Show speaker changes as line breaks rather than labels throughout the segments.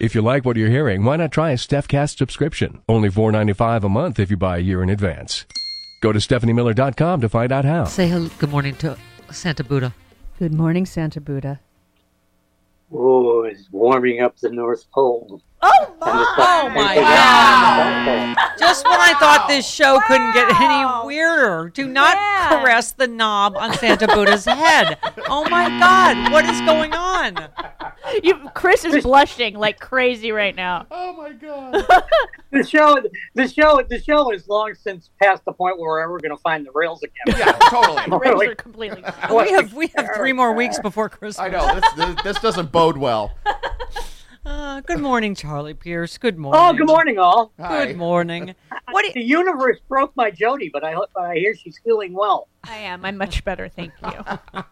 If you like what you're hearing, why not try a StephCast subscription? Only $4.95 a month if you buy a year in advance. Go to StephanieMiller.com to find out how.
Say hello, good morning to Santa Buddha.
Good morning, Santa Buddha.
Oh, it's warming up the North Pole.
Oh my! Oh my God! Just when I thought this show couldn't get any weirder, do not
Man.
caress the knob on Santa Buddha's head. Oh my God! What is going on?
You, Chris is blushing like crazy right now.
Oh my god.
The show, the show, the show is long since past the point where we're ever going to find the rails again.
Yeah,
Oh,
totally.
Rails are completely gone.
We have we have three more weeks before Christmas.
I know. This, this, this doesn't bode well.
Uh, good morning, Charlie Pierce. Good morning.
Oh, good morning, all.
Hi.
Good morning. What? i-
The universe broke my Jody, but I hope I hear she's feeling well.
I am. I'm much better, thank you.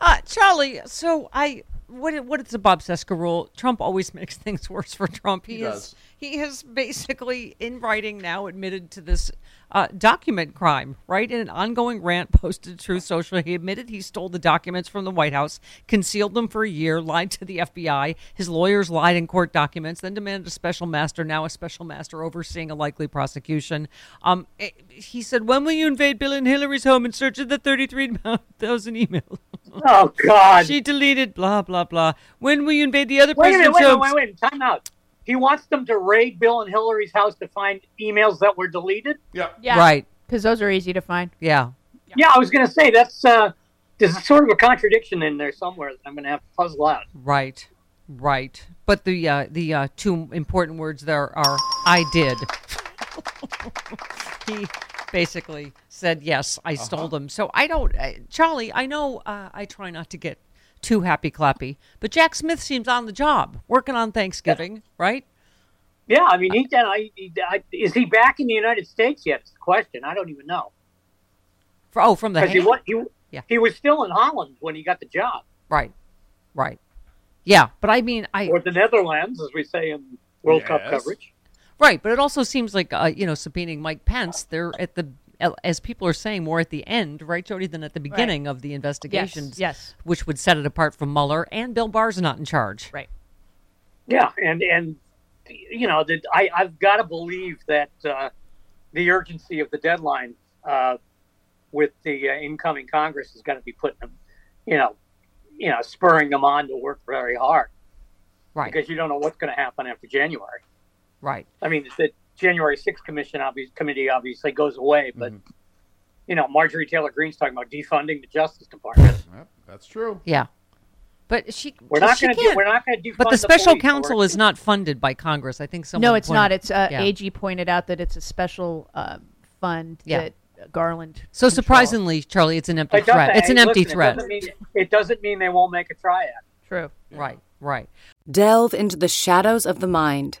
Uh, Charlie, so I what what is the Bob Seska rule? Trump always makes things worse for Trump. He,
He
is
does.
he has basically in writing now admitted to this uh, document crime. Right in an ongoing rant posted through social, he admitted he stole the documents from the White House, concealed them for a year, lied to the FBI. His lawyers lied in court documents, then demanded a special master. Now a special master overseeing a likely prosecution. Um, it- he said, "When will you invade Bill and Hillary's home in search of the thirty-three thousand emails?"
Oh God!
She deleted blah blah blah. When will you invade the other
wait a minute!
president's
Wait,
homes?
wait, wait, wait! Time out. He wants them to raid Bill and Hillary's house to find emails that were deleted.
Yeah.
Yeah,
Right.
Because those are easy to find.
Yeah.
Yeah, I was going to say that's uh, there's a sort of a contradiction in there somewhere that I'm going to have to puzzle out.
Right. Right. But the uh, the uh, two important words there are I did. he basically said yes, I stole them. So I don't, uh, Charlie. I know uh, I try not to get too happy clappy, but Jack Smith seems on the job, working on Thanksgiving, right?
Yeah, I mean, he, I, he I, is he back in the United States yet? Is the question. I don't even know
For, oh, from the
because he
hand.
wa- he,
Yeah.
he was still in Holland when he got the job,
right, right. Yeah, but I mean, I
or the Netherlands, as we say in World Cup
Yes.
coverage.
Right, but it also seems like uh, you know subpoenaing Mike Pence. They're at the uh, as people are saying more at the end, right, Jody, than at the beginning of the investigations.
yes.
which would set it apart from Mueller and Bill Barr's not in charge.
Right.
Yeah, and and you know that I I've got to believe that uh, the urgency of the deadline uh, with the uh, incoming Congress is going to be putting them, you know, you know, spurring them on to work very hard
Right,
because you don't know what's going to happen after January.
right,
I mean, the January 6th commission obvi- committee obviously goes away, but you know, Marjorie Taylor Greene's talking about defunding the Justice Department.
Yep, that's true.
yeah. But she
We're not
she
going to do.
can't.
We're not going to defund.
but the special
police.
counsel
We're-
is not funded by Congress. I think someone.
No, it's
pointed-
not. It's uh,
Yeah.
AG pointed out that it's a special uh, fund
Yeah.
that Garland.
So
controls.
surprisingly, Charlie, it's an empty
It doesn't-
threat. It's an
hey,
empty
listen,
threat.
It doesn't, mean, it doesn't mean they won't make a try at. it.
True.
Right, right.
Delve into the shadows of the mind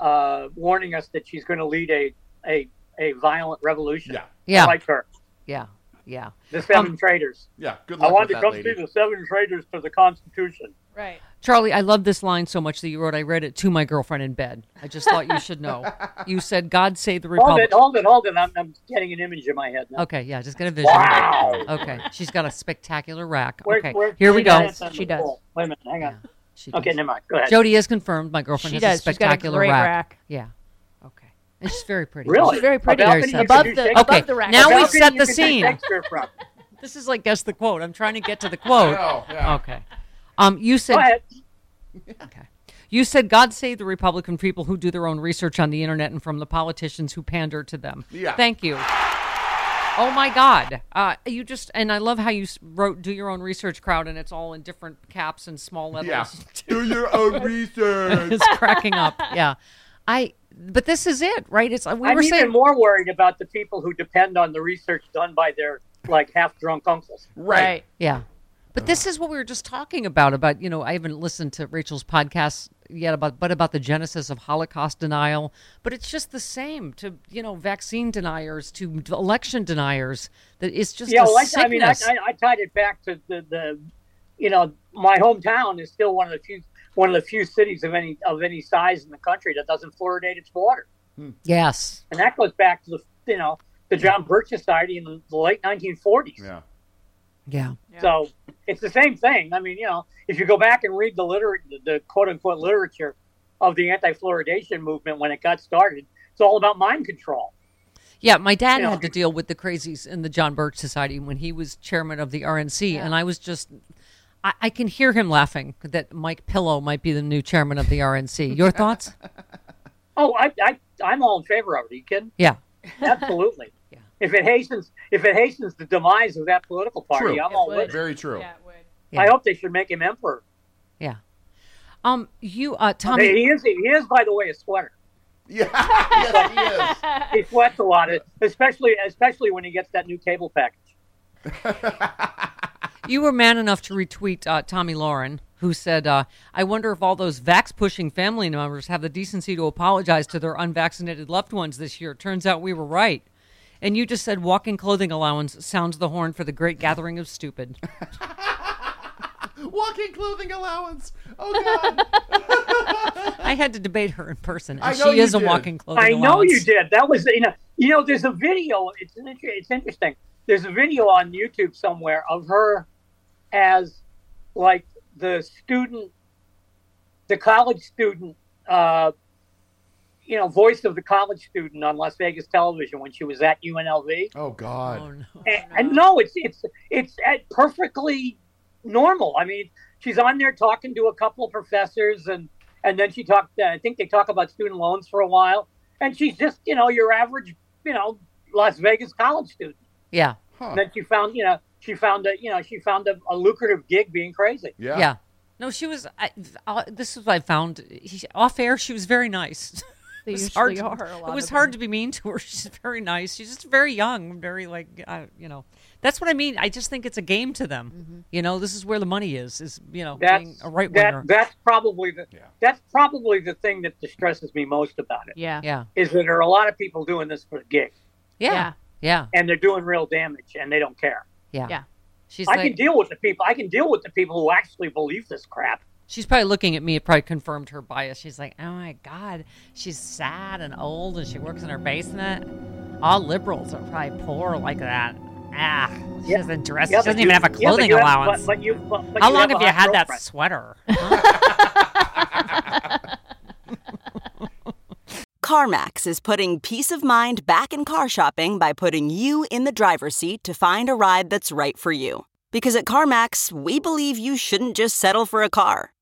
uh, warning us that she's going to lead a a a violent revolution? Yeah,
Yeah. Um,
like her,
Yeah, yeah.
the Seven Traitors.
Yeah, good
I
luck
want
with
to
that
come
lady.
see the Seven Traitors to the Constitution.
Right.
Charlie, I love this line so much that you wrote. I read it to my girlfriend in bed. I just thought you should know. You said, "God save the
Hold
Republic."
it, hold it, hold it. I'm, I'm getting an image in my head now.
Okay, yeah, just get a vision.
Wow.
Okay, she's got a spectacular rack.
Where-
okay,
where-
here we
where
go.
is that?
She does.
Wait a minute, hang on.
She
Okay,
does.
never mind. Go ahead.
Jody is confirmed. My girlfriend
She
has
does.
a
She's got a
spectacular
great
rack.
rack.
Yeah. Okay. And she's very pretty.
Really?
She's very pretty.
About
Very
the-
sexy.
Above
you
the
shake-
above
Okay,
the rack.
now
How
we've
can
set
you
the
get
scene.
texture from?
This is like guess the quote. I'm trying to get to the quote.
know, yeah.
Okay. Um, you said
Go ahead.
you said God save the Republican people who do their own research on the internet and from the politicians who pander to them.
Yeah.
Thank you. Oh my God! Uh, you just and I love how you s- wrote "do your own research" crowd, and it's all in different caps and small letters.
Yeah. Do your own research.
it's cracking up. Yeah, I. But this is it, right? It's we
I'm
were
even
saying
more worried about the people who depend on the research done by their like half drunk uncles.
Right.
Yeah. But this is what we were just talking about about, you know, I haven't listened to Rachel's podcast yet about but about the genesis of Holocaust denial, but it's just the same to, you know, vaccine deniers to election deniers that it's just
Yeah,
a
well, I, I mean, I,
sickness.
I, I tied it back to the, the, you know, my hometown is still one of the few one of the few cities of any of any size in the country that doesn't fluoridate its water,
yes.
and that goes back to the you know the John Birch Society in the late 1940s.
Yeah.
Yeah.
So it's the same thing. I mean, you know, if you go back and read the liter- the- the quote unquote literature of the anti-fluoridation movement when it got started, it's all about mind control.
Yeah, my dad
Yeah.
had to deal with the crazies in the John Birch Society when he was chairman of the RNC, and I was just. I, I can hear him laughing that Mike Pillow might be the new chairman of the RNC. Your thoughts?
Oh, I, I I'm all in favor of it. Are you kidding?
Yeah.
Absolutely. If it hastens, if it hastens the demise of that political party,
True.
I'm
It
all
would.
with. it.
Very true.
Yeah, it would.
Yeah.
I hope they should make him emperor.
Yeah. Um, you, uh, Tommy.
Hey, he is, he is, by the way, a sweater.
Yeah. yes, he is.
He sweats a lot, especially especially when he gets that new cable package.
You were man enough to retweet uh, Tommy Lauren, who said, uh, I wonder if all those vax pushing family members have the decency to apologize to their unvaccinated loved ones this year. Turns out we were right. And you just said, walking clothing allowance sounds the horn for the great gathering of stupid.
Walking clothing allowance. Oh god.
I had to debate her in person. And
I know
she
you
is a
did.
walking clothing
I
allowance.
know you did. That was you know you know there's a video. It's an inter- it's interesting. There's a video on YouTube somewhere of her as like the student, the college student, uh, you know, voice of the college student on Las Vegas television when she was at UNLV.
Oh god.
Oh, no.
and, and no, it's it's it's at perfectly normal. I mean, she's on there talking to a couple of professors, and and then she talked. uh, I think they talk about student loans for a while, and she's just you know your average you know Las Vegas college student.
Yeah.
Huh.
And then she found you know she found a you know she found a, a lucrative gig being crazy.
Yeah.
Yeah. No, she was. I, uh, this is what I found. He, off air, she was very nice.
They
was
usually
hard to-
are, a lot
it was
of
hard to be mean to her. She's very nice. She's just very young, very like uh, you know. That's what I mean. I just think it's a game to them. You know, this is where the money is. Is you know, being a right winger.
That, that's probably the that's probably the thing that distresses me most about it.
Yeah.
Yeah.
Is that there are a lot of people doing this for the gig.
Yeah. Yeah.
And they're doing real damage and they don't care.
Yeah.
Yeah.
She's
I
like,
can deal with the people I can deal with the people who actually believe this crap.
she's probably looking at me. It probably confirmed her bias. She's like, oh my God, she's sad and old and she works in her basement. All liberals are probably poor like that. Ah, she doesn't dress.
Yeah,
she doesn't
but
even
you-
have a
yeah, but
clothing
you have-
allowance.
but- but you- but- but
How
you
long
have
have you
a hot
had that
girlfriend.
sweater?
CarMax is putting peace of mind back in car shopping by putting you in the driver's seat to find a ride that's right for you. Because at CarMax, we believe you shouldn't just settle for a car,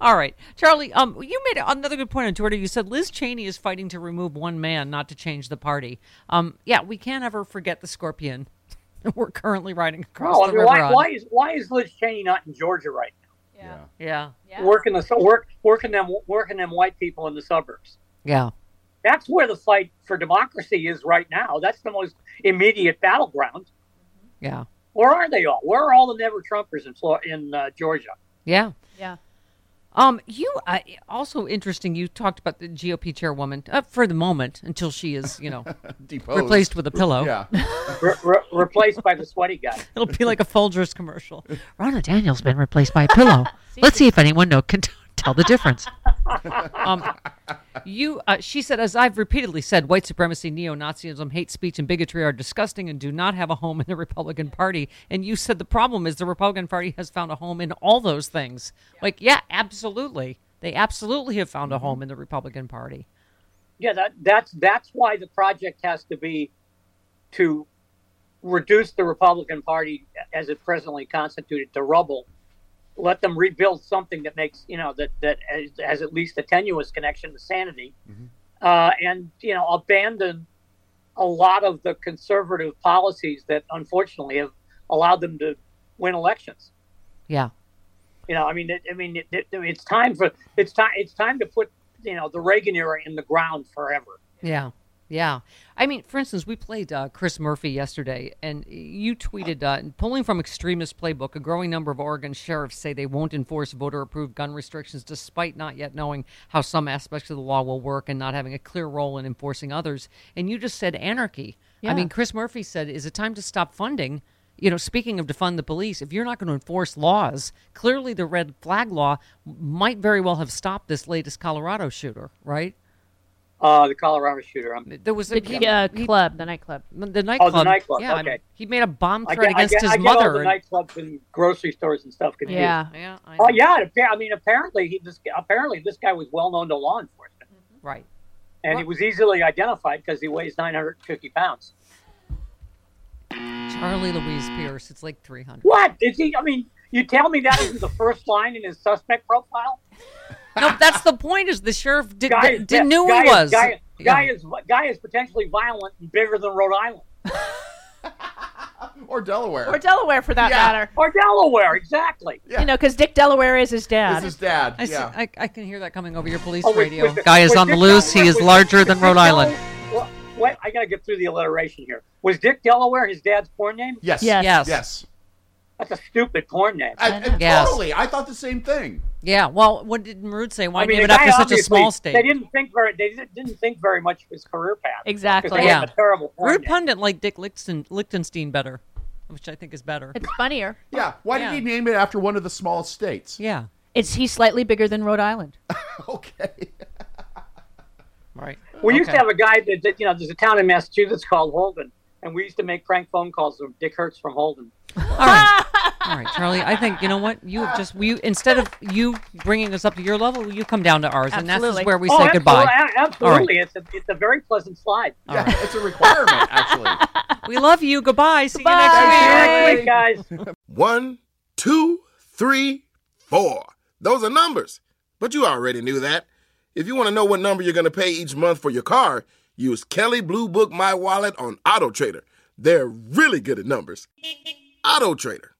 All right, Charlie. Um, you made another good point on Twitter. You said Liz Cheney is fighting to remove one man, not to change the party. Um, yeah, we can't ever forget the scorpion. We're currently riding across
No, Oh, I
the
mean,
river.
why,
on.
why is why is Liz Cheney not in Georgia right
Yeah.
now? Working the su- work working them working them white people in the suburbs.
Yeah.
That's where the fight for democracy is right now. That's the most immediate battleground.
Yeah.
Where are they all? Where are all the never Trumpers in Flor- in uh, Georgia?
Yeah.
Yeah.
Um, you uh, also interesting. You talked about the GOP chairwoman uh, for the moment until she is, you know,
Oh,
Deposed.
replaced with a pillow.
Yeah. Re- re- replaced by the sweaty guy.
It'll be like a Folgers commercial. Ronna Daniels been replaced by a pillow. Let's see if anyone know can t- tell the difference. um, you, uh, she said, as I've repeatedly said, white supremacy, neo-Nazism, hate speech, and bigotry are disgusting and do not have a home in the Republican Party. And you said the problem is the Republican Party has found a home in all those things. Like, yeah, absolutely, they absolutely have found a home in the Republican Party.
Yeah, that that's that's why the project has to be to reduce the Republican Party as it presently constituted to rubble. Let them rebuild something that makes you know that that has, has at least a tenuous connection to sanity, uh, and you know abandon a lot of the conservative policies that unfortunately have allowed them to win elections.
Yeah.
You know, I mean, it, I mean, it, it, it's time for it's time it's time to put you know the Reagan era in the ground forever.
Yeah. Yeah. I mean, for instance, we played uh, Chris Murphy yesterday, and you tweeted uh, pulling from Extremist Playbook, a growing number of Oregon sheriffs say they won't enforce voter approved gun restrictions despite not yet knowing how some aspects of the law will work and not having a clear role in enforcing others. And you just said anarchy.
Yeah.
I mean, Chris Murphy said, is it time to stop funding? You know, speaking of defund the police, if you're not going to enforce laws, clearly the red flag law might very well have stopped this latest Colorado shooter, right?
Uh, the Colorado shooter. I'm,
There was a
The
he-
uh,
he-
club, the nightclub.
the
oh,
nightclub.
the nightclub.
Yeah, I mean,
okay.
he made a bomb
I
threat
get- I
against
get-
his
I get all
mother.
the
and-
nightclubs and grocery stores and stuff confused.
Yeah. Yeah, I
Oh
know.
yeah. it appear- I mean, apparently he this apparently this guy was well known to law enforcement,
right?
and he was easily identified because he weighs 950 pounds.
Charlie Louise Pierce. It's like three hundred.
What is he? I mean, you tell me that isn't the first line in his suspect profile?
No, that's the point. Is the sheriff did,
Guy
did,
is-
knew
guy
he
is-
was?
guy,
Yeah.
guy is guy is potentially violent and bigger than Rhode Island.
or Delaware.
Or Delaware, for that
Yeah.
matter.
Or Delaware, exactly.
You know, because Dick Delaware is his dad.
This is dad.
I, see-
yeah.
I, I can hear that coming over your police
Oh, with-
radio.
with-
guy is
with
on the
Dick
loose. He
Delaware-
is
with
larger
Dick-
than
Dick
Rhode Island.
Delaware- Well, wait, I got to get through the alliteration here. Was Dick Delaware his dad's porn name?
Yes.
Yes. Yes.
Yes.
That's a stupid porn name.
I, I-
Yes.
Totally. I thought the same thing.
Yeah. Well, what did Marood say? Why
I mean,
name it
the
after
guy
such a
obviously-
small
They
state?
didn't think very. They didn't- didn't think very much of his career path. 'Cause
Exactly.
They have a terrible porn
Rude
name.
pundit like Dick Lichten, Lichtenstein better, which I think is better.
It's funnier.
Yeah. Why
Yeah.
did he name it after one of the smallest states?
Yeah.
Is he slightly bigger than Rhode Island?
Right.
We used to
Okay.
have a guy that, that you know, there's a town in Massachusetts called Holden, and we used to make prank phone calls to Dick Hertz from Holden.
All right, Charlie. I think you know what you have just we instead of you bringing us up to your level, you come down to ours, and that's
Absolutely.
just where we
Oh,
say
abso-
goodbye.
a- Absolutely, it's a it's a very pleasant slide.
All right.
It's a requirement, actually.
We love you. Goodbye. See
Thanks,
you
Eric. guys.
One, two, three, four. Those are numbers, but you already knew that. If you want to know what number you're going to pay each month for your car, use Kelly Blue Book My Wallet on Auto Trader. They're really good at numbers. Auto Trader.